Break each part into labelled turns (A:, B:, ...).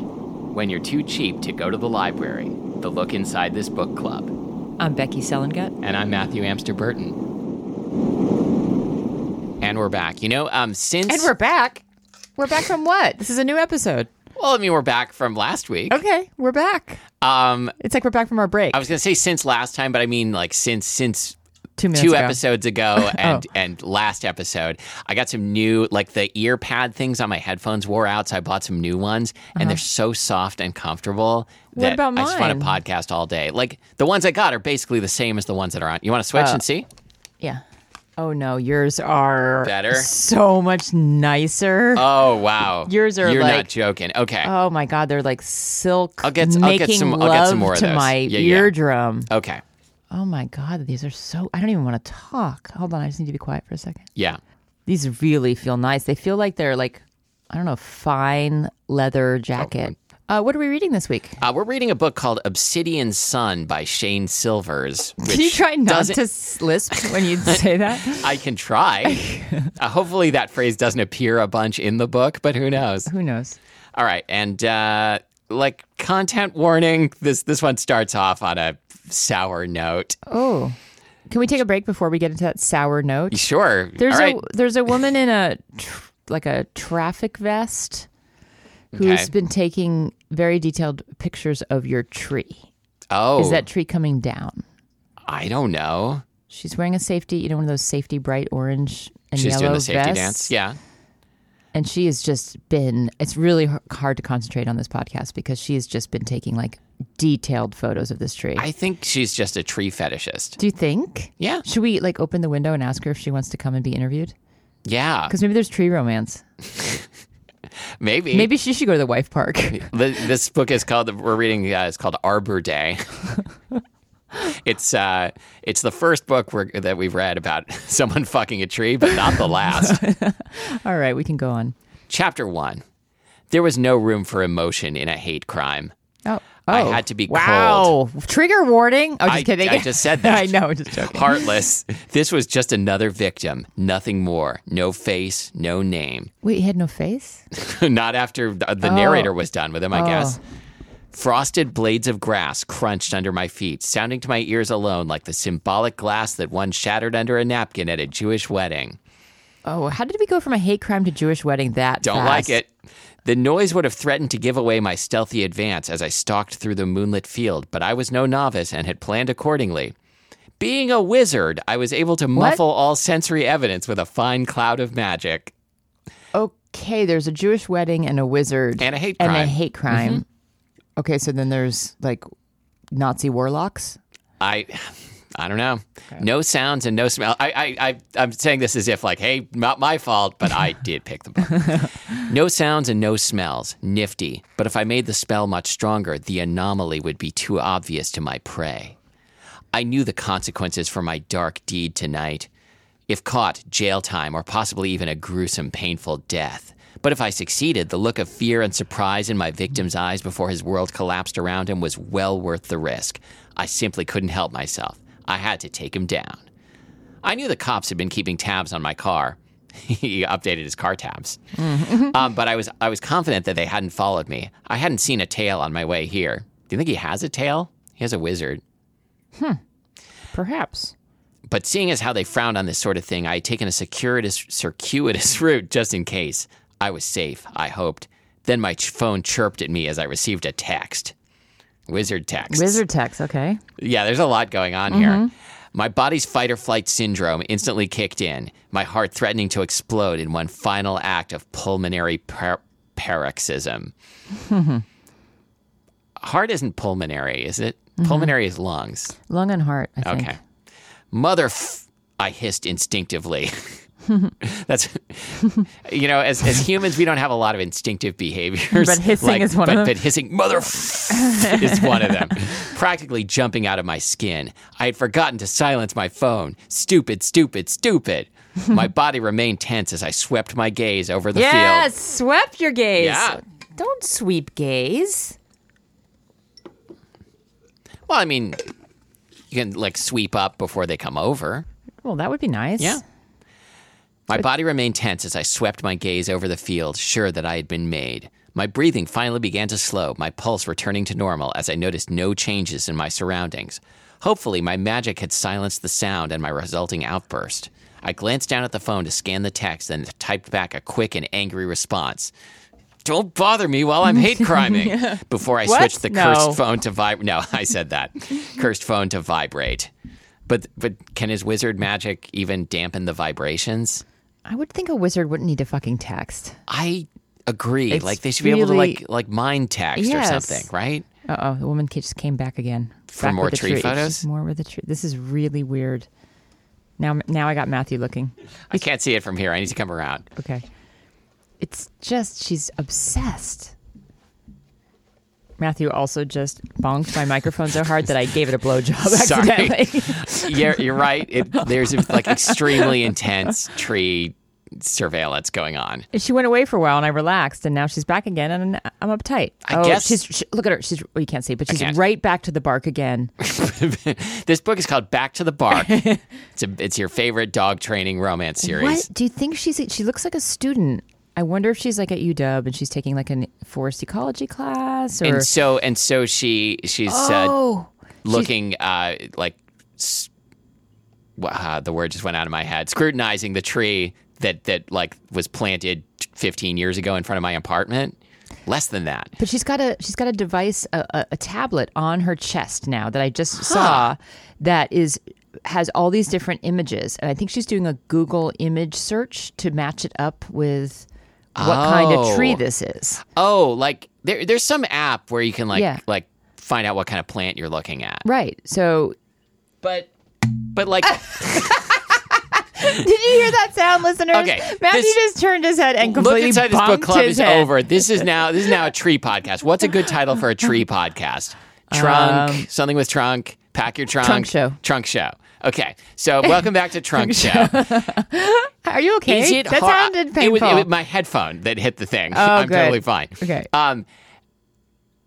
A: when you're too cheap to go to the library, the look inside this book club.
B: I'm Becky Selengut.
A: And I'm Matthew Amster Burton. And we're back. You know, um, since
B: And we're back. We're back from what? This is a new episode.
A: well, I mean, we're back from last week.
B: Okay, we're back.
A: Um,
B: It's like we're back from our break.
A: I was gonna say since last time, but I mean like since since
B: two minutes
A: two
B: ago. Oh.
A: episodes ago and and last episode i got some new like the ear pad things on my headphones wore out so i bought some new ones and they're so soft and comfortable
B: Uh-huh. What
A: that
B: about
A: i just want to
B: mine?
A: podcast all day like the ones i got are basically the same as the ones that are on you want to
B: Uh,
A: switch and see
B: Yeah. Oh no, yours are
A: Better?
B: So much nicer.
A: oh wow
B: Yours are
A: you're
B: like-
A: not joking okay
B: oh my god, they're like silk.
A: I'll get- I'll get
B: making
A: some- I'll
B: love
A: get some more of
B: to
A: those.
B: my
A: Yeah, yeah.
B: eardrum.
A: okay
B: Oh my god, these are so. I don't even want to talk. Hold on, I just need to be quiet for a second.
A: yeah
B: These really feel nice. They feel like they're like, I don't know, fine
A: Oh,
B: leather jacket. Uh, what are we reading this week?
A: uh, we're reading a book called Obsidian Sun by Shane Silvers. Which
B: Did you try not
A: doesn't-
B: to lisp when you say that?
A: I can try. uh, hopefully, that phrase doesn't appear a bunch in the book, but who knows?
B: Who knows?
A: All right, and uh, like content warning, this this one starts off on a sour note.
B: Oh, can we take a break before we get into that sour note?
A: Sure,
B: There's
A: all right,
B: a there's a woman in a tr- like a traffic vest who's
A: Okay.
B: been taking very detailed pictures of your tree.
A: oh,
B: Is that tree coming down?
A: I don't know.
B: She's wearing a safety, you know, one of those safety bright orange and
A: She's
B: yellow
A: doing the safety
B: vests.
A: dance. Yeah,
B: And she has just been, it's really h- hard to concentrate on this podcast because she has just been taking like detailed photos of this tree.
A: I think she's just a tree fetishist.
B: Do you think?
A: Yeah,
B: Should we like open the window and ask her if she wants to come and be interviewed?
A: yeah,
B: Because maybe there's tree romance.
A: maybe.
B: Maybe she should go to the wife park.
A: Th- This book is called. We're reading. Uh, it's called Arbor Day. It's uh, it's the first book we're, that we've read about someone fucking a tree, but not the last.
B: All right, we can go on.
A: Chapter one. There was no room for emotion in a hate crime.
B: Oh,
A: I
B: oh.
A: had to be
B: wow. Trigger warning. Oh, just
A: I-
B: kidding.
A: I just said that.
B: I know. Just joking.
A: Heartless. This was just another victim. Nothing more. No face, no name.
B: Wait, he had no face.
A: Not after the, the narrator was done with him, I guess. Frosted blades of grass crunched under my feet, sounding to my ears alone like the symbolic glass that one shattered under a napkin at a Jewish wedding.
B: Oh, how did we go from a hate crime to Jewish wedding that?
A: Don't like
B: fast?
A: it. The noise would have threatened to give away my stealthy advance as I stalked through the moonlit field, but I was no novice and had planned accordingly. Being a wizard, I was able to muffle all sensory evidence with a fine cloud of magic.
B: Okay, there's a Jewish wedding and a wizard
A: And a hate
B: And
A: crime. Mm-hmm.
B: a hate crime. Okay, so then there's like Nazi warlocks.
A: I I don't know. No sounds and no smell. I, I, I, I'm saying this as if, like, hey, not my fault, but I did pick the book. no sounds and no smells. Nifty. But if I made the spell much stronger, the anomaly would be too obvious to my prey. I knew the consequences for my dark deed tonight. If caught, jail time or possibly even a gruesome, painful death. But if I succeeded, the look of fear and surprise in my victim's eyes before his world collapsed around him was well worth the risk. I simply couldn't help myself. I had to take him down. I knew the cops had been keeping tabs on my car. he updated his car tabs. um, but I was, I was confident that they hadn't followed me. I hadn't seen a tail on my way here. Do you think he has a tail? He has a wizard.
B: Perhaps.
A: But seeing as how they frowned on this sort of thing, I had taken a circuitous, circuitous route just in case. I was safe, I hoped. Then my ch- phone chirped at me as I received a text. Wizard text.
B: Wizard text. Okay.
A: Yeah, there's a lot going on here. My body's fight or flight syndrome instantly kicked in, my heart threatening to explode in one final act of pulmonary par- paroxysm. heart isn't pulmonary, is it? Pulmonary is lungs.
B: Lung and heart. I think.
A: Okay. Mother, f- I hissed instinctively. That's, you know, as, as humans, we don't have a lot of instinctive behaviors.
B: But hissing is one
A: but,
B: of them.
A: But hissing, mother, f- is one of them. Practically jumping out of my skin. I had forgotten to silence my phone. Stupid, stupid, stupid. my body remained tense as I swept my gaze over the field.
B: Yes, swept your gaze.
A: Yeah.
B: Don't sweep gaze.
A: Well, I mean, you can like sweep up before they come over.
B: Well, that would be nice.
A: Yeah. My body remained tense as I swept my gaze over the field, sure that I had been made. My breathing finally began to slow, my pulse returning to normal as I noticed no changes in my surroundings. Hopefully, my magic had silenced the sound and my resulting outburst. I glanced down at the phone to scan the text and typed back a quick and angry response. Don't bother me while I'm hate criming. Before I
B: What?
A: switched the
B: No.
A: cursed phone to vibrate. No, I said that. cursed phone to vibrate. But but can his wizard magic even dampen the vibrations?
B: I would think a wizard wouldn't need to fucking text.
A: I agree.
B: It's
A: like they should be able to
B: really-
A: like like mind text
B: Yes.
A: or something, right?
B: Uh oh, the woman ca- just came back again.
A: For
B: Back
A: more
B: with the
A: tree photos?
B: She's More with the tree. This is really weird. Now, now I got Matthew looking.
A: I can't see it from here. I need to come around.
B: Okay. It's just she's obsessed. Matthew also just bonked my microphone so hard that I gave it a blowjob
A: Sorry.
B: accidentally.
A: You're, you're right. It, there's like extremely intense tree surveillance going on.
B: And she went away for a while, and I relaxed, and now she's back again, and I'm uptight.
A: I
B: oh,
A: guess-
B: she's she, look at her. She's well, you can't see, but she's
A: can't.
B: right back to the bark again.
A: this book is called Back to the Bark. it's a, it's your favorite dog training romance series.
B: What do you think she's? She looks like a student. I wonder if she's like at UW and she's taking like a forest ecology class, or
A: And so and so she she's uh,
B: oh,
A: looking uh, like s- wha- uh, the word just went out of my head. Scrutinizing the tree that that like was planted 15 years ago in front of my apartment. Less than that.
B: But she's got a she's got a device a, a, a tablet on her chest now that I just saw that is has all these different images and I think she's doing a Google image search to match it up with what kind of tree
A: Oh.
B: this is.
A: Oh, like there, there's some app where you can like
B: Yeah.
A: like find out what kind of plant you're looking at.
B: Right. So
A: But but like
B: did you hear that sound listeners?
A: Okay,
B: Matthew
A: this-
B: just turned his head and
A: look
B: completely
A: inside this book
B: bonked
A: club is
B: his head.
A: over. This is now this is now a tree podcast. What's a good title for a tree podcast? Trunk, something with trunk. Pack your trunk.
B: Um, Trunk show.
A: Trunk show. Okay, so welcome back to Trunk Show.
B: Are you okay?
A: Is it
B: that
A: hard-
B: sounded
A: It was,
B: painful. Oh,
A: it was my headphone that hit the thing. I'm
B: good.
A: totally fine.
B: Okay.
A: Um,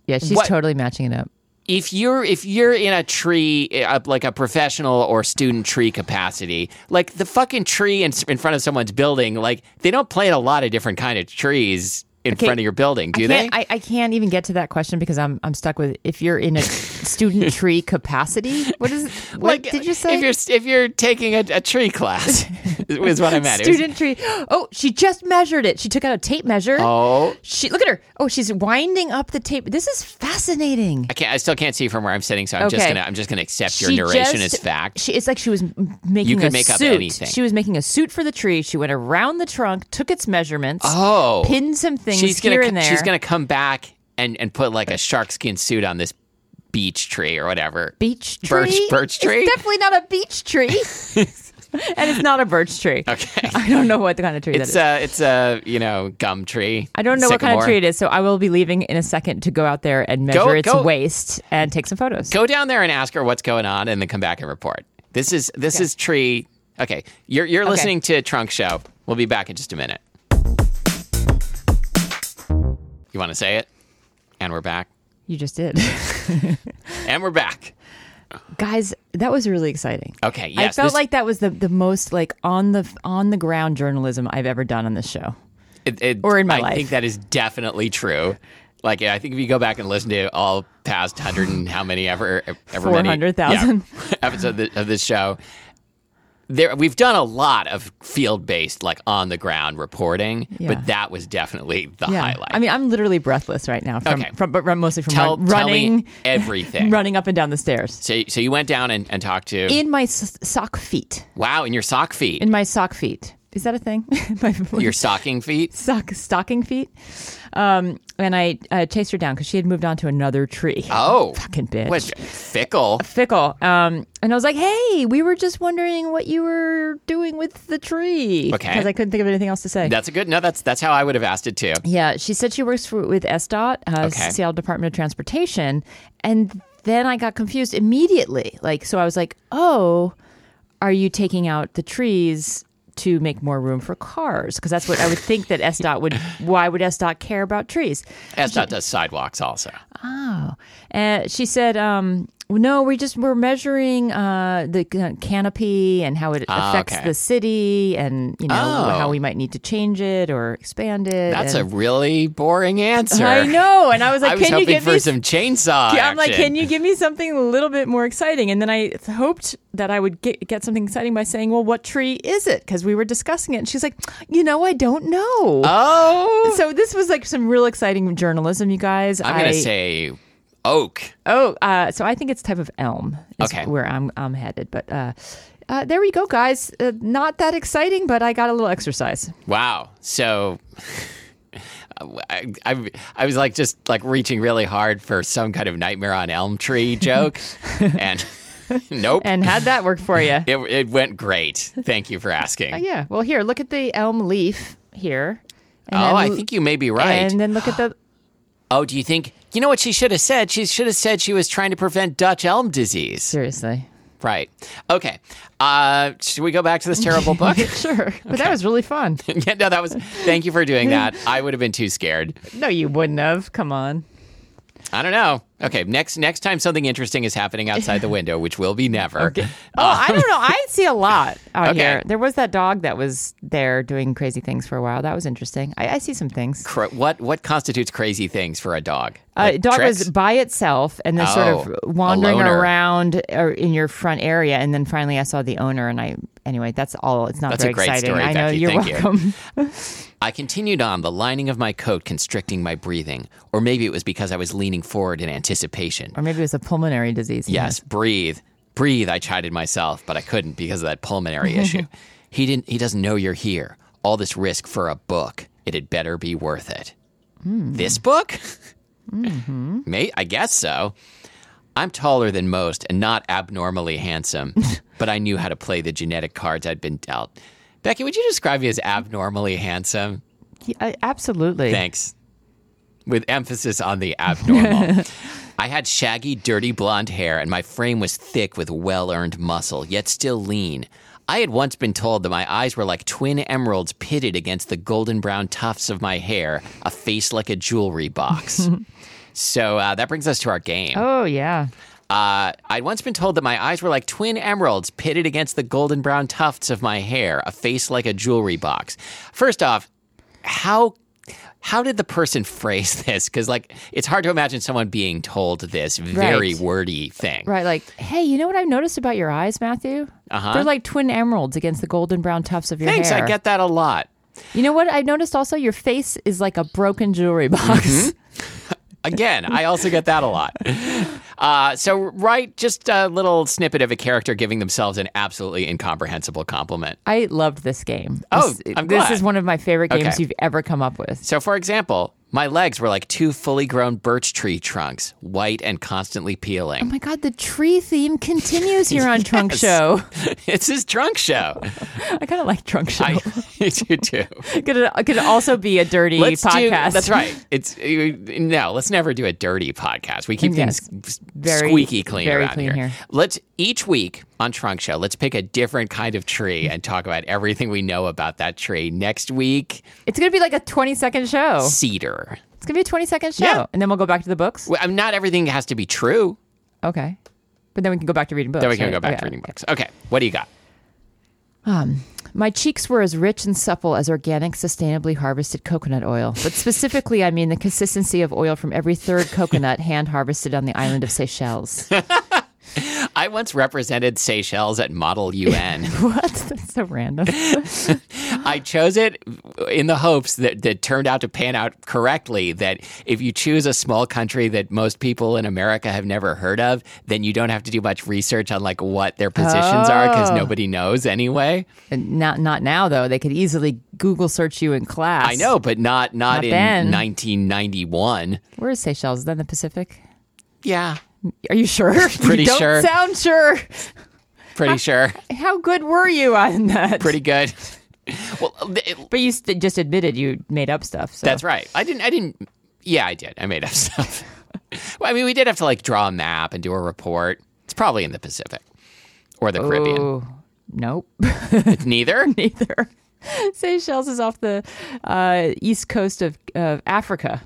B: yeah, she's
A: what-
B: totally matching it up.
A: if you're if you're in a tree uh, like a professional or student tree capacity like the fucking tree in, in front of someone's building like they don't plant a lot of different kind of trees in front of your building do they
B: Can't- I, I can't even get to that question because I'm I'm stuck with if you're in a student tree capacity. What is what did you say?
A: if you're if you're taking a, a tree class is what i meant It was-
B: student tree. Oh, she just measured it. She took out a tape measure.
A: oh
B: She look at her. Oh, she's winding up the tape. This is fascinating.
A: i can't i still can't see from where i'm sitting so i'm just
B: Okay.
A: gonna i'm just gonna accept your
B: She
A: narration
B: just-
A: as fact
B: She, it's like she was m- making
A: You could
B: a
A: make up
B: suit.
A: anything.
B: She was making a suit for the tree. She went around the trunk, took its measurements,
A: oh
B: pinned some things
A: she's
B: here
A: gonna
B: and
A: co-
B: there.
A: she's gonna come back and and put like a shark skin suit on this beach tree or whatever
B: beach tree.
A: Birch- birch tree?
B: It's definitely not a beach tree. and it's not a birch tree.
A: okay
B: I don't know what kind of tree that
A: It's
B: is.
A: a it's a you know gum tree.
B: I don't know what kind of
A: sycamore.
B: tree it is, so I will be leaving in a second to go out there and measure
A: Go-
B: its
A: go-
B: waist and take some photos.
A: Go down there and ask her what's going on, and then come back and report. This is this is tree. Okay, you're you're listening to Trunk Show. We'll be back in just a minute. You want to say it? And we're back.
B: You just did.
A: And we're back.
B: Guys, that was really exciting.
A: Okay. Yes.
B: I felt
A: this-
B: like that was the, the most like on the on the ground journalism I've ever done on this show.
A: it, it-
B: or in my
A: I
B: life.
A: think that is definitely true. Like I think if you go back and listen to all past hundred and how many ever ever many-
B: 400,000.
A: yeah, episodes of, the, of this show, there we've done a lot of field based like on the ground reporting,
B: Yeah.
A: but that was definitely the highlight.
B: I mean, I'm literally breathless right now from
A: Okay.
B: from but run- mostly from
A: tell,
B: run-
A: tell me
B: running
A: everything.
B: running up and down the stairs
A: So, so you went down and, and talked to
B: in my s- sock feet.
A: wow in your sock feet,
B: In my sock feet. Is that a thing? My-
A: your stocking feet.
B: sock, stocking feet. Um, and I uh, chased her down because she had moved on to another tree.
A: Oh,
B: Fucking bitch.
A: what fickle?
B: Fickle. Um, and I was like, hey, we were just wondering what you were doing with the tree.
A: Okay.
B: Because I couldn't think of anything else to say.
A: That's a good. No, that's that's how I would have asked it too.
B: yeah, she said she works for, with SDOT, uh,
A: Okay.
B: Seattle Department of Transportation. And then I got confused immediately. Like, so I was like, oh, are you taking out the trees to make more room for cars? Because that's what I would think that SDOT would, why would SDOT care about trees?
A: As that does sidewalks also.
B: Oh, and she said, um, "No, we just we're measuring uh, the uh, canopy and how it affects
A: Ah, okay.
B: the city, and you know
A: Oh.
B: how we might need to change it or expand it."
A: That's a
B: and-
A: really boring answer.
B: I know, and I was like,
A: I was
B: "Can you
A: hoping
B: give
A: for
B: me
A: some chainsaw.
B: yeah, I'm like,
A: action.
B: can you give me something a little bit more exciting? And then I th- hoped that I would get, get something exciting by saying, well, what tree is it? Because we were discussing it. And she's like, you know, I don't know.
A: Oh,
B: so this was like some real exciting journalism, you guys.
A: I'm gonna
B: I-
A: say oak.
B: Oh, uh, so I think it's type of elm. Is
A: Okay.
B: where I'm I'm headed, but. Uh, uh, there we go, guys. Uh, not that exciting, but I got a little exercise.
A: Wow. So I, I, I was like just like reaching really hard for some kind of Nightmare on Elm Tree joke, and nope,
B: And how'd that work for you?
A: it it went great. Thank you for asking.
B: yeah. Well, here, look at the elm leaf here. And
A: oh,
B: then
A: I
B: l-
A: think you may be right.
B: And then look at the
A: oh, do you think you know what she should have said? She should have said she was trying to prevent Dutch elm disease.
B: seriously.
A: Right. Okay. Uh, should we go back to this terrible book?
B: Sure. But that was really fun.
A: yeah, no, that was. Thank you for doing that. I would have been too scared.
B: No, you wouldn't have. Come on.
A: I don't know. Okay, next next time something interesting is happening outside the window, which will be never.
B: Oh, I don't know. I see a lot out
A: Okay.
B: here. There was that dog that was there doing crazy things for a while. That was interesting. I, I see some things.
A: Cra- what what constitutes crazy things for a dog?
B: A
A: Like
B: Uh, dog
A: tricks?
B: was by itself and then sort
A: Oh, a
B: of wandering
A: loner.
B: around or in your front area. And then finally I saw the owner and I, anyway, that's all. It's not
A: That's a
B: very
A: great
B: exciting.
A: story,
B: I know.
A: Becky.
B: You're
A: Thank you.
B: welcome.
A: I continued on, the lining of my coat constricting my breathing, or maybe it was because I was leaning forward in anticipation.
B: Or maybe it was a pulmonary disease.
A: Yes, breathe, breathe. I chided myself, but I couldn't because of that pulmonary issue. He didn't. He doesn't know you're here. All this risk for a book. It had better be worth it. This book? May I guess so. I'm taller than most and not abnormally handsome, but I knew how to play the genetic cards I'd been dealt. Becky, would you describe me as abnormally handsome?
B: He- I- absolutely.
A: Thanks. With emphasis on the abnormal. I had shaggy, dirty blonde hair, and my frame was thick with well earned muscle, yet still lean. I had once been told that my eyes were like twin emeralds pitted against the golden brown tufts of my hair, a face like a jewelry box. so uh, that brings us to our game.
B: Oh, yeah.
A: Uh, I'd once been told that my eyes were like twin emeralds pitted against the golden brown tufts of my hair, a face like a jewelry box. First off, how how did the person phrase this? Because like it's hard to imagine someone being told this very
B: Right.
A: wordy thing.
B: Right, like, hey, you know what I've noticed about your eyes, Matthew? Uh-huh. They're like twin emeralds against the golden brown tufts of your
A: Thanks,
B: hair.
A: I get that a lot.
B: You know what I've noticed also? Your face is like a broken jewelry
A: Mm-hmm.
B: box.
A: Again, I also get that a lot. Uh, so write just a little snippet of a character giving themselves an absolutely incomprehensible compliment.
B: I loved this game.
A: Oh,
B: this,
A: I'm
B: this
A: glad.
B: is one of my favorite games
A: Okay.
B: you've ever come up with.
A: So, for example, my legs were like two fully grown birch tree trunks, white and constantly
B: Oh
A: peeling.
B: my god, the tree theme continues here on Trunk
A: Yes.
B: Show.
A: it's his trunk show.
B: I kind of like Trunk Show.
A: I, you do.
B: could, it, could it also be a dirty
A: Let's do.
B: podcast?
A: That's right. It's you- no. Let's never do a dirty podcast. We keep
B: Mm, Yes.
A: things s-
B: Very-
A: squeaky clean
B: very
A: around
B: clean
A: here.
B: here.
A: Let's each week on Trunk Show. Let's pick a different kind of tree and talk about everything we know about that tree. Next week,
B: It's going to be like a 20 second show. It's
A: cedar.
B: going to be a 20 second show.
A: Yeah.
B: And then we'll go back to the books.
A: Well, I'm not everything has to be true.
B: Okay. But then we can go back to reading books.
A: Then we can
B: right?
A: go back
B: Okay.
A: to reading books. Okay, what do you got?
B: My cheeks were as rich and supple as organic, sustainably harvested coconut oil. But specifically, I mean the consistency of oil from every third coconut hand harvested on the island of Seychelles.
A: I once represented Seychelles at Model UN.
B: what? That's so random.
A: I chose it in the hopes that that turned out to pan out correctly. That if you choose a small country that most people in America have never heard of, then you don't have to do much research on like what their positions are 'cause are because nobody knows anyway.
B: And not not now though. They could easily Google search you in class.
A: I know, but not not,
B: Not
A: in
B: then.
A: 1991.
B: Where is Seychelles? Is that in the Pacific?
A: Yeah,
B: Are you sure?
A: Pretty
B: you don't
A: sure.
B: Sound sure.
A: pretty sure,
B: How good were you on that?
A: pretty good. well, it-
B: But you st- just admitted you made up stuff. So.
A: That's right. I didn't. I didn't. Yeah, I did. I made up stuff. well, I mean, we did have to like draw a map and do a report. It's probably in the Pacific or the Caribbean.
B: Ooh, nope.
A: It's neither.
B: Neither. Seychelles is off the uh, east coast of, of Africa.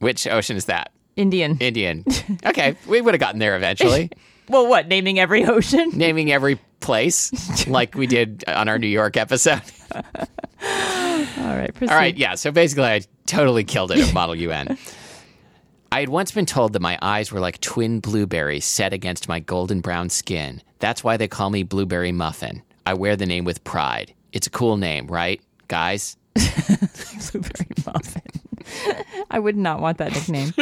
A: Which ocean is that?
B: Indian.
A: Indian. Okay, we would have gotten there eventually.
B: well, what? Naming every ocean?
A: Naming every place like we did on our New York episode.
B: All right. Proceed.
A: All right, yeah. So basically, I totally killed it at Model UN. I had once been told that my eyes were like twin blueberries set against my golden brown skin. That's why they call me Blueberry Muffin. I wear the name with pride. It's a cool name, right, guys?
B: Blueberry muffin. I would not want that nickname.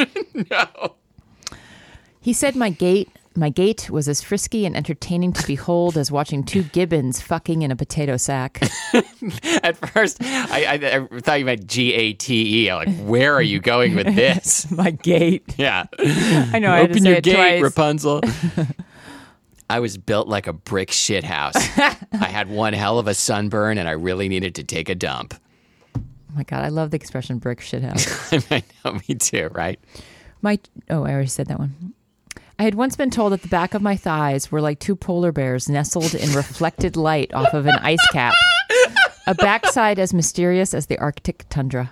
A: No.
B: He said my gait my gait was as frisky and entertaining to behold as watching two gibbons fucking in a potato sack.
A: At first, I, I, I thought you meant G A T E. I'm like, where are you going with this?
B: my gait.
A: Yeah.
B: I know I had to
A: Open
B: say
A: your
B: it
A: gate,
B: twice.
A: Rapunzel. I was built like a brick shithouse. I had one hell of a sunburn and I really needed to take a dump.
B: oh my god, I love the expression brick shit house.
A: I know, me too, right?
B: my oh, I already said that one. I had once been told that the back of my thighs were like two polar bears nestled in reflected light off of an ice cap. A backside as mysterious as the Arctic tundra.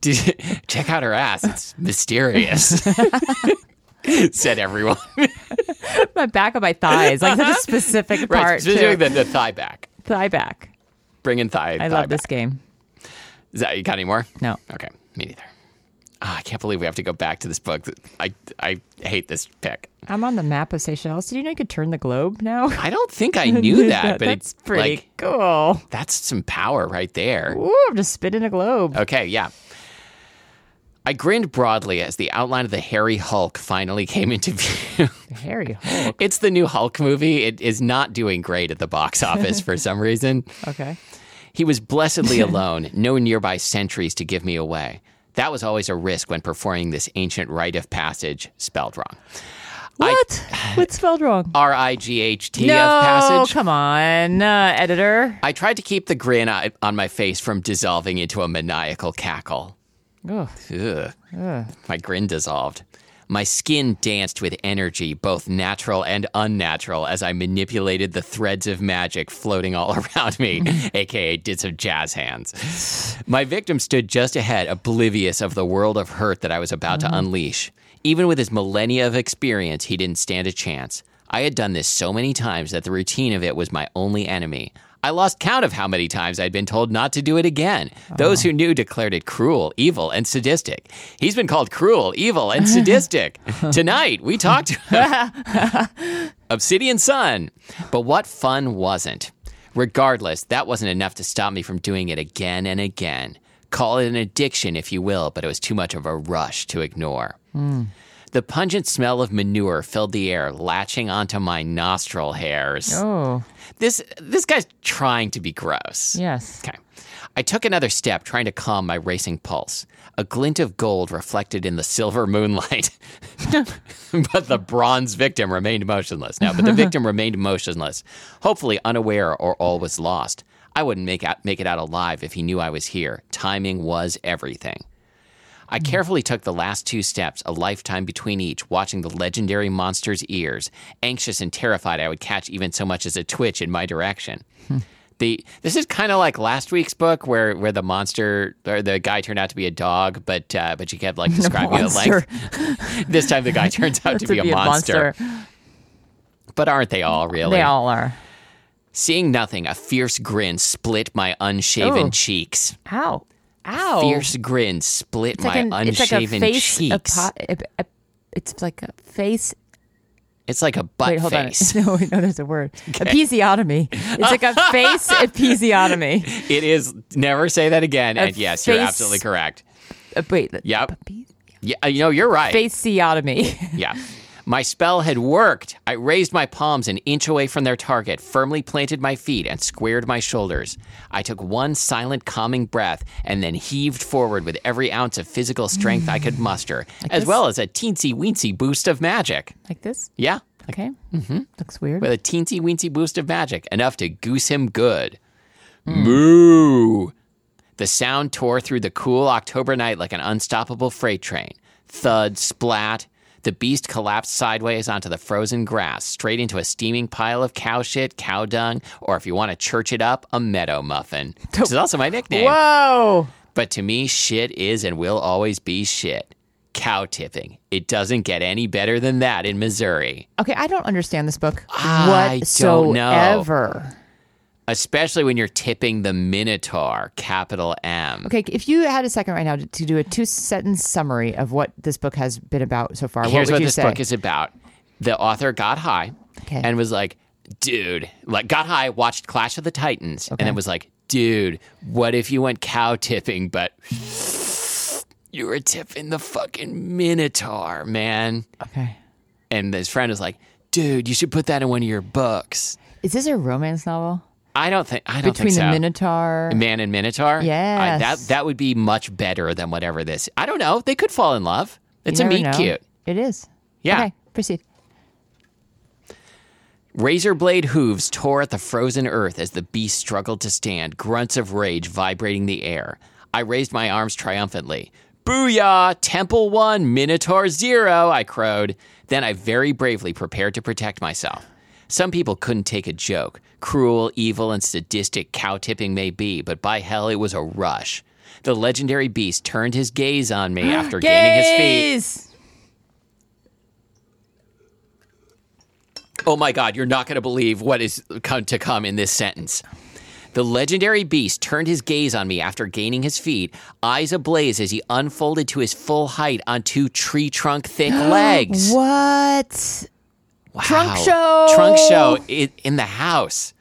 A: Did, check out her ass. It's mysterious. Said everyone.
B: My back of my thighs, like such a specific part.
A: Right, she's
B: too.
A: doing the, the thigh back.
B: thigh back.
A: Bringing thigh. thigh
B: I love this
A: back.
B: game.
A: Is that you got any more?
B: No.
A: Okay, me neither. Ah, I can't believe we have to go back to this book. I I hate this pick.
B: I'm on the map of Seychelles. Did you know you could turn the globe now?
A: I don't think I knew that, but
B: that's
A: it's
B: pretty
A: like
B: cool.
A: that's some power right there.
B: Ooh, I'm just spinning a globe.
A: Okay, yeah. I grinned broadly as the outline of the hairy Hulk finally came into view.
B: Harry Hulk.
A: It's the new Hulk movie. It is not doing great at the box office for some reason.
B: Okay.
A: He was blessedly alone, no nearby sentries to give me away. That was always a risk when performing this ancient rite of passage spelled wrong.
B: What? What's spelled wrong?
A: R I G H T
B: no,
A: of passage.
B: come on, uh, editor.
A: I tried to keep the grin on on my face from dissolving into a maniacal cackle.
B: Ugh.
A: Ugh. My grin dissolved. My skin danced with energy, both natural and unnatural, as I manipulated the threads of magic floating all around me, aka did some jazz hands. My victim stood just ahead, oblivious of the world of hurt that I was about to unleash. Even with his millennia of experience, he didn't stand a chance. I had done this so many times that the routine of it was my only enemy. I lost count of how many times I'd been told not to do it again. Those who knew declared it cruel, evil, and sadistic. He's been called cruel, evil, and sadistic. Tonight, we talked to him. Obsidian Sun. But what fun wasn't? Regardless, that wasn't enough to stop me from doing it again and again. Call it an addiction if you will, but it was too much of a rush to ignore. The pungent smell of manure filled the air, latching onto my nostril hairs.
B: Oh,
A: This this guy's trying to be gross.
B: yes.
A: Okay. I took another step, trying to calm my racing pulse. A glint of gold reflected in the silver moonlight. but the bronze victim remained motionless. Now, but the victim remained motionless, hopefully unaware or all was lost. I wouldn't make, out, make it out alive if he knew I was here. Timing was everything. I carefully took the last two steps, a lifetime between each, watching the legendary monster's ears. Anxious and terrified, I would catch even so much as a twitch in my direction. the this is kind of like last week's book, where where the monster or the guy turned out to be a dog, but uh, but you kept like describing the
B: monster.
A: length. this time, the guy turns out to, be, a, monster. But aren't they all really?
B: They all are.
A: Seeing nothing, a fierce grin split my unshaven
B: Ooh.
A: cheeks.
B: Ow. Ow.
A: Fierce grin split
B: It's like,
A: my
B: an, it's like a
A: unshaven
B: face.
A: cheeks.
B: apo- ap- ap- it's like a face.
A: It's like a butt
B: Wait, hold
A: face.
B: on. No, no, there's a word. Episiotomy. It's like a face episiotomy.
A: It is never say that again. and yes, you're
B: face-
A: absolutely correct.
B: Uh, wait.
A: Yep.
B: Epi-
A: Yeah, uh, you know you're right.
B: Faceotomy.
A: Yeah. My spell had worked. I raised my palms an inch away from their target, firmly planted my feet, and squared my shoulders. I took one silent, calming breath and then heaved forward with every ounce of physical strength I could muster, as well as a teensy weensy boost of magic.
B: like this.
A: Yeah,
B: Okay. Mm-hmm. Looks weird.
A: with a teensy weensy boost of magic, enough to goose him good. Moo! The sound tore through the cool October night like an unstoppable freight train. Thud, splat. The beast collapsed sideways onto the frozen grass, straight into a steaming pile of cow shit, cow dung, or if you want to church it up, a meadow muffin, which is also my nickname.
B: Whoa.
A: But to me, shit is and will always be shit. Cow tipping. It doesn't get any better than that in Missouri,
B: Okay, I don't understand this book
A: I don't know.
B: whatsoever.
A: especially when you're tipping the Minotaur, capital M.
B: Okay, if you had a second right now to, to do a two sentence summary of what this book has been about so far,
A: Here's
B: what would
A: what
B: you
A: this
B: say?
A: book is about. The author got high
B: Okay.
A: and was like, dude, like got high, watched Clash of the Titans, and then was like, dude, what if you went cow tipping, but you were tipping the fucking Minotaur, man?
B: okay.
A: And his friend was like, dude, you should put that in one of your books.
B: Is this a romance novel?
A: I don't think I don't
B: Between
A: think
B: the
A: so.
B: Minotaur.
A: Man and Minotaur. I-
B: Yes.
A: that that would be much better than whatever this. I don't know. They could fall in love. It's
B: You
A: a
B: never
A: meet
B: know.
A: cute.
B: It is.
A: Yeah.
B: Okay, proceed.
A: Razor blade hooves tore at the frozen earth as the beast struggled to stand, grunts of rage vibrating the air. I raised my arms triumphantly. Booyah! Temple one, Minotaur zero, I crowed. Then I very bravely prepared to protect myself. Some people couldn't take a joke. Cruel, evil, and sadistic cow tipping may be, but by hell, it was a rush. The legendary beast turned his gaze on me after gaining his feet. Oh my God, you're not going to believe what is come to come in this sentence. The legendary beast turned his gaze on me after gaining his feet, eyes ablaze as he unfolded to his full height on two tree trunk thick legs.
B: What?
A: Wow.
B: Trunk show!
A: Trunk show i- in the house.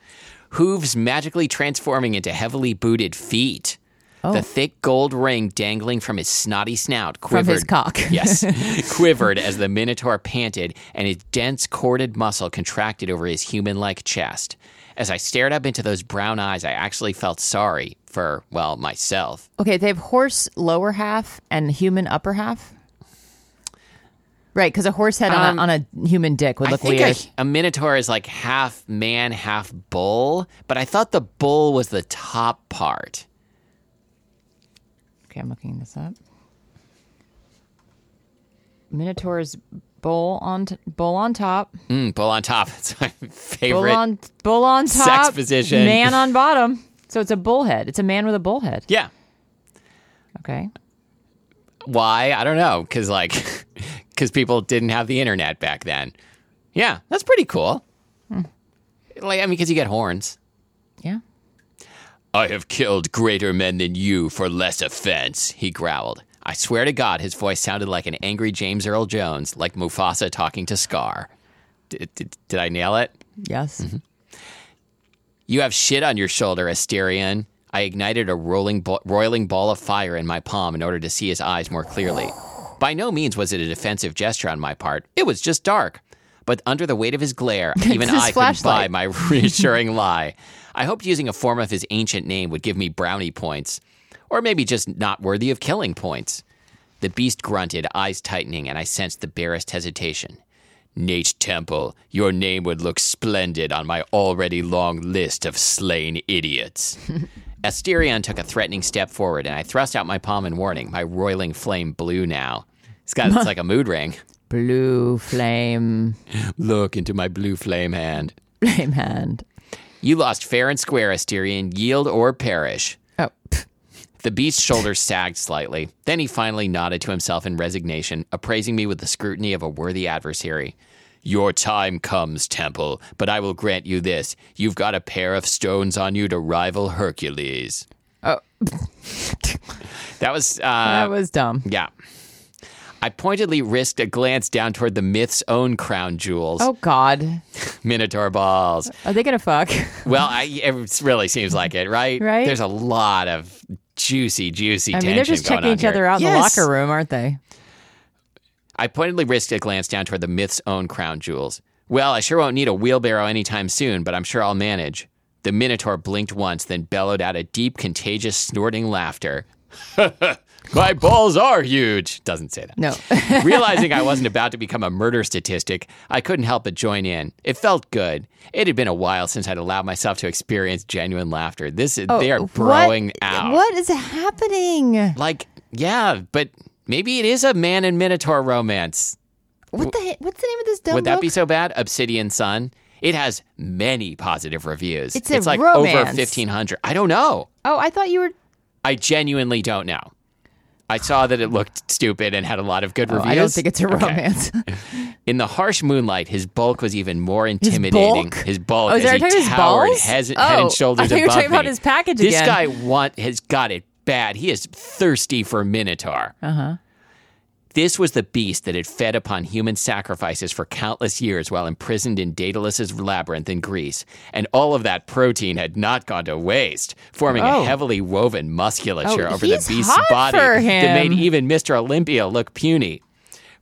A: Hooves magically transforming into heavily booted feet.
B: Oh.
A: The thick gold ring dangling from his snotty snout
B: From
A: quivered.
B: his cock.
A: Yes, quivered as the Minotaur panted, and his dense corded muscle contracted over his human like chest. As I stared up into those brown eyes, I actually felt sorry for, well, myself.
B: Okay, they have horse lower half and human upper half. Right, because a horse head on, a, on a human dick would
A: Um, I
B: look
A: think
B: weird.
A: a, a Minotaur is like half man, half bull, but I thought the bull was the top part.
B: Okay, I'm looking this up. Minotaur's bowl on t- bowl on top,
A: Mm, bull on top. It's my
B: bull
A: favorite.
B: on bull on
A: Sex
B: top,
A: position.
B: man on bottom. So it's a bullhead. It's a man with a bullhead.
A: yeah.
B: Okay,
A: Why? I don't know. Because, like, because people didn't have the internet back then. Yeah, that's pretty cool. Hmm. Like, I mean, because you get horns.
B: yeah.
A: I have killed greater men than you for less offense, he growled. I swear to God, his voice sounded like an angry James Earl Jones, like Mufasa talking to Scar. Did, did, did I nail it?
B: Yes.
A: Mm-hmm. You have shit on your shoulder, Asterion. I ignited a rolling bo- roiling ball of fire in my palm in order to see his eyes more clearly. By no means was it a defensive gesture on my part. It was just dark. But under the weight of his glare, even
B: his
A: I could buy
B: flashlight.
A: my reassuring lie. I hoped using a form of his ancient name would give me brownie points, or maybe just not worthy of killing points. The beast grunted, eyes tightening, and I sensed the barest hesitation. Nate Temple, your name would look splendid on my already long list of slain idiots. Asterion took a threatening step forward, and I thrust out my palm in warning, my roiling flame blue now. It's got it's like a mood ring.
B: Blue flame,
A: Look into my blue flame hand.
B: flame hand.
A: You lost fair and square, Asterion. Yield or perish.
B: Oh, pff,
A: The beast's shoulders sagged slightly. Then he finally nodded to himself in resignation, appraising me with the scrutiny of a worthy adversary. Your time comes, Temple, but I will grant you this. You've got a pair of stones on you to rival Hercules.
B: Oh.
A: that was, uh,
B: that was dumb.
A: yeah. I pointedly risked a glance down toward the myth's own crown jewels,
B: Oh God,
A: Minotaur balls.
B: are they gonna fuck?
A: Well, I, it really seems like it, right?
B: Right?
A: There's a lot of juicy, juicy
B: I
A: tension
B: mean, they're just
A: going
B: checking
A: on
B: each
A: here.
B: other out in
A: Yes.
B: the locker room, aren't they?
A: I pointedly risked a glance down toward the myth's own crown jewels. Well, I sure won't need a wheelbarrow anytime soon, but I'm sure I'll manage. The Minotaur blinked once, then bellowed out a deep, contagious, snorting laughter. My balls are huge. Doesn't say that.
B: No.
A: Realizing I wasn't about to become a murder statistic, I couldn't help but join in. It felt good. It had been a while since I'd allowed myself to experience genuine laughter. This is they are broing
B: Oh, what,
A: out.
B: What is happening?
A: Like, yeah, but maybe it is a man and minotaur romance.
B: What the? he- What's the name of this dumb
A: Would that
B: book?
A: be so bad? Obsidian Sun. It has many positive reviews.
B: It's a
A: like
B: romance.
A: over 1500. I don't know.
B: oh, I thought you were
A: I genuinely don't know. I saw that it looked stupid and had a lot of good
B: Oh,
A: reviews.
B: I don't think it's a
A: Okay.
B: romance.
A: In the harsh moonlight, his bulk was even more intimidating.
B: bulk?
A: His bulk,
B: Oh, is
A: as
B: that
A: he
B: talking about his
A: towered
B: balls?
A: Head,
B: Oh,
A: head and
B: I
A: shoulders
B: thought you were
A: above
B: talking about
A: me.
B: his package
A: this
B: again.
A: guy want has got it bad. He is thirsty for Minotaur. Uh
B: Uh-huh.
A: huh. This was the beast that had fed upon human sacrifices for countless years while imprisoned in Daedalus's labyrinth in Greece, and all of that protein had not gone to waste, forming
B: Oh.
A: a heavily woven musculature
B: Oh,
A: over the
B: he's
A: beast's
B: hot
A: body
B: for
A: that made
B: him.
A: even Mr. Olympia look puny.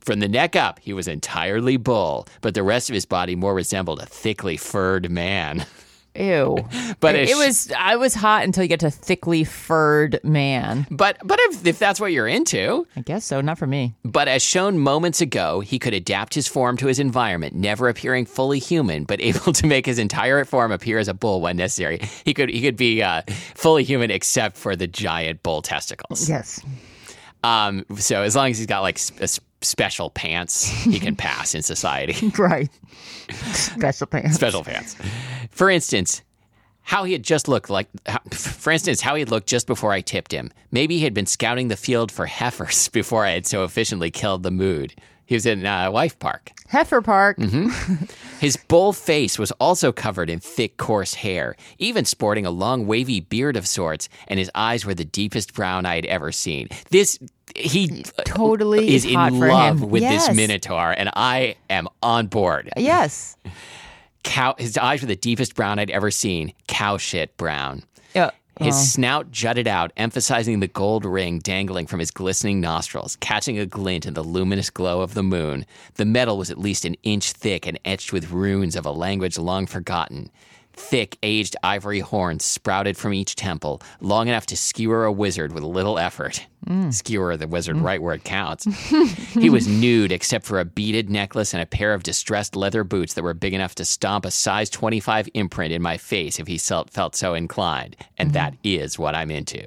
A: From the neck up, he was entirely bull, but the rest of his body more resembled a thickly furred man.
B: Ew.
A: But
B: it,
A: it's-
B: it was I was hot until you get to thickly furred man.
A: But but if, if that's what you're into,
B: I guess so. Not for me.
A: But as shown moments ago, he could adapt his form to his environment, never appearing fully human, but able to make his entire form appear as a bull when necessary. He could he could be uh, fully human except for the giant bull testicles.
B: Yes.
A: Um, so as long as he's got like sp- s- special pants, he can pass in society.
B: Right. Special pants.
A: special pants, for instance. How he had just looked like, how, for instance, how he had looked just before I tipped him. Maybe he had been scouting the field for heifers before I had so efficiently killed the mood. He was in uh, Wife Park.
B: Heifer Park.
A: Mm-hmm. His bull face was also covered in thick, coarse hair, even sporting a long, wavy beard of sorts, and his eyes were the deepest brown I had ever seen. This he
B: Totally
A: is
B: is
A: in
B: hot for
A: love
B: him.
A: with
B: Yes.
A: this minotaur, and I am on board.
B: Yes.
A: Cow, his eyes were the deepest brown I'd ever seen, cow shit brown.
B: Yeah.
A: His snout jutted out, emphasizing the gold ring dangling from his glistening nostrils, catching a glint in the luminous glow of the moon. The metal was at least an inch thick and etched with runes of a language long forgotten. Thick, aged ivory horns sprouted from each temple, long enough to skewer a wizard with little effort.
B: Mm.
A: Skewer the wizard right where it counts. he was nude except for a beaded necklace and a pair of distressed leather boots that were big enough to stomp a size 25 imprint in my face if he felt, felt so inclined. And that is what I'm into.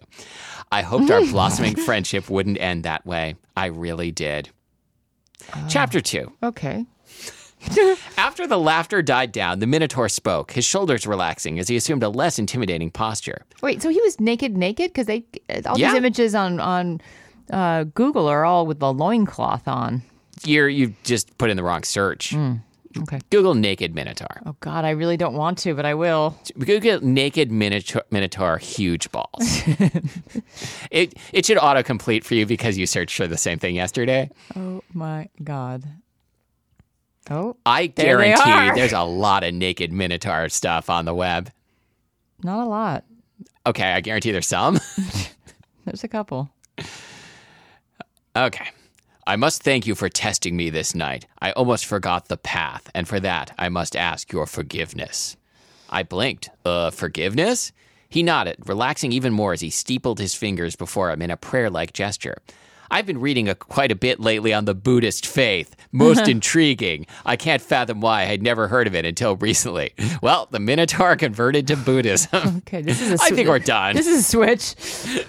A: I hoped our blossoming friendship wouldn't end that way. I really did. Chapter 2.
B: Uh, okay.
A: After the laughter died down, the Minotaur spoke, his shoulders relaxing as he assumed a less intimidating posture.
B: Wait, so he was naked, naked? Because they uh, all
A: Yeah.
B: these images on on uh, Google are all with the loincloth on.
A: You're, you just put in the wrong search.
B: Okay.
A: Google naked Minotaur.
B: Oh God, I really don't want to, but I will.
A: Google naked minotaur, minotaur huge balls. it it should autocomplete for you because you searched for the same thing yesterday.
B: Oh my God. Oh,
A: I
B: There they
A: guarantee
B: are.
A: there's a lot of naked minotaur stuff on the web.
B: not a lot.
A: Okay, I guarantee there's some.
B: There's a couple.
A: Okay. I must thank you for testing me this night. I almost forgot the path, and for that I must ask your forgiveness. I blinked. Uh, forgiveness? He nodded, relaxing even more as he steepled his fingers before him in a prayer like gesture. I've been reading a, quite a bit lately on the Buddhist faith. Most intriguing. I can't fathom why I had never heard of it until recently. Well, the Minotaur converted to Buddhism.
B: Okay, this is. A
A: I
B: sw-
A: think we're done.
B: This is a switch.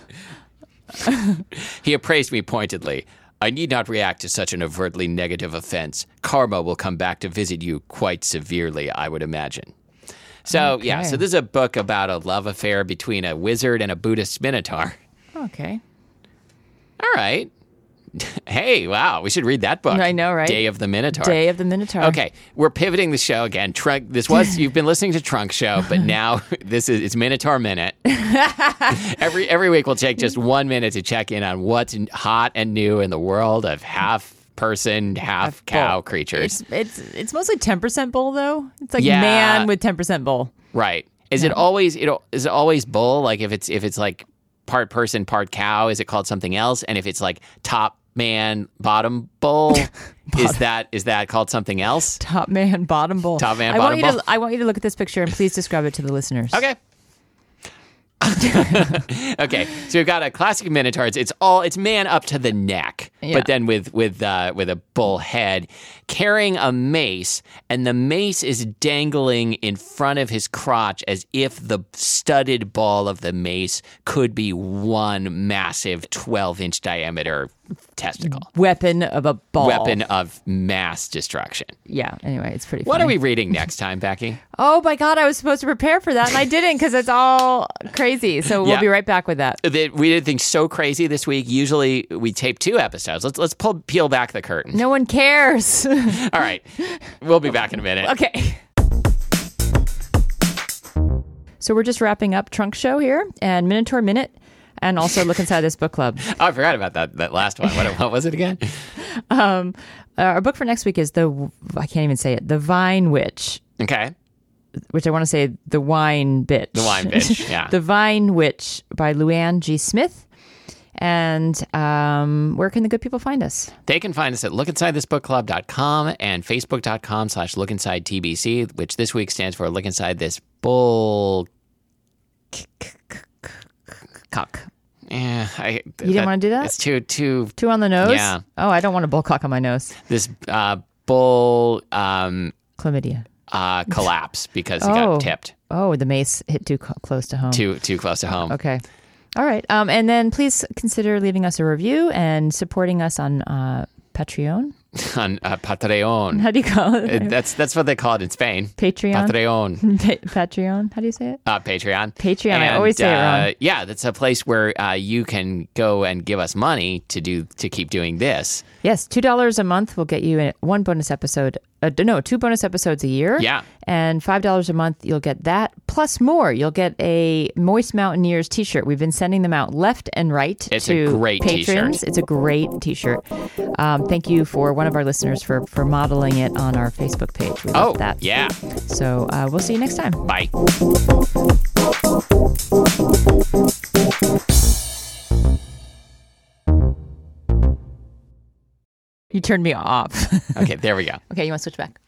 A: He appraised me pointedly. I need not react to such an overtly negative offense. Karma will come back to visit you quite severely, I would imagine. So, yeah, so this is a book about a love affair between a wizard and a Buddhist minotaur.
B: Okay.
A: All right. Hey, wow, we should read that book.
B: I know, right?
A: Day of the Minotaur.
B: Day of the Minotaur.
A: Okay, we're pivoting the show again. Trunk. This was you've been listening to Trunk Show, but
B: Uh-huh.
A: now this is it's Minotaur Minute. every every week we'll take just one minute to check in on what's hot and new in the world of half person, half cow
B: bull.
A: creatures.
B: It's it's it's mostly ten percent bull though. It's like
A: Yeah.
B: man with ten percent bull.
A: Right? Is it always it is it always bull? Like if it's if it's like part person, part cow, is it called something else? And if it's like top man, bottom bull, is that is that called something else?
B: Top man, bottom bull.
A: Top man,
B: I
A: bottom
B: want you
A: bull.
B: To, I want you to look at this picture and please describe it to the listeners.
A: Okay. okay, so we've got a classic minotaur. It's- It's all it's man up to the neck,
B: Yeah.
A: but then with with uh, with a bull head, carrying a mace, and the mace is dangling in front of his crotch as if the studded ball of the mace could be one massive twelve inch diameter testicle.
B: Weapon of a ball.
A: Weapon of mass destruction.
B: Yeah. Anyway, it's pretty.
A: What
B: funny.
A: are we reading next time, Becky?
B: Oh my God! I was supposed to prepare for that and I didn't because it's all crazy. So we'll
A: Yeah.
B: be right back with that.
A: That we did things so crazy this week. Usually we tape two episodes. Let's let's pull peel back the curtain.
B: No one cares.
A: All right. We'll be back in a minute.
B: okay. So we're just wrapping up Trunk Show here and Minotaur Minute, and also look inside this book club.
A: Oh, I forgot about that that last one. What, what was it again?
B: Uh, our book for next week is the I can't even say it. The Vine Witch,
A: Okay.
B: which I want to say the wine bitch.
A: The wine bitch. Yeah.
B: The Vine Witch by Luann G. Smith. And um, where can the good people find us?
A: They can find us at lookinsidethisbookclub.com and facebook.com slash lookinsidetbc, which this week stands for Look Inside This Bull.
B: Cock.
A: Eh, I, you
B: didn't wanna do that?
A: It's too, too,
B: Two on the nose?
A: Yeah.
B: Oh, I don't want a bull cock on my nose.
A: this uh, bull um,
B: Chlamydia.
A: uh, collapse because he
B: Oh.
A: got tipped
B: Oh, the mace hit too co- close to home.
A: too, too close to home.
B: Okay. All right. Um, and then please consider leaving us a review and supporting us on uh, Patreon.
A: On uh, Patreon.
B: How do you call it?
A: Uh, That's, that's what they call it in Spain.
B: Patreon.
A: Patreon.
B: Pa- Patreon. How do you say it?
A: uh, Patreon.
B: Patreon, I always say it
A: uh,
B: wrong.
A: Yeah, that's a place where uh, you can go and give us money to do to keep doing this.
B: Yes, two dollars a month will get you a- one bonus episode. Uh, no, two bonus episodes a year.
A: Yeah.
B: and five dollars a month you'll get that plus more. You'll get a Moist Mountaineers T-shirt. We've been sending them out left and right
A: It's
B: to
A: a great
B: patrons.
A: t-shirt.
B: It's a great T-shirt. Um, thank you for one of our listeners for for modeling it on our Facebook page. We
A: Oh,
B: love that.
A: yeah.
B: So uh, we'll see you next time.
A: Bye.
B: You turned me off.
A: Okay, there we go.
B: okay, you want to switch back?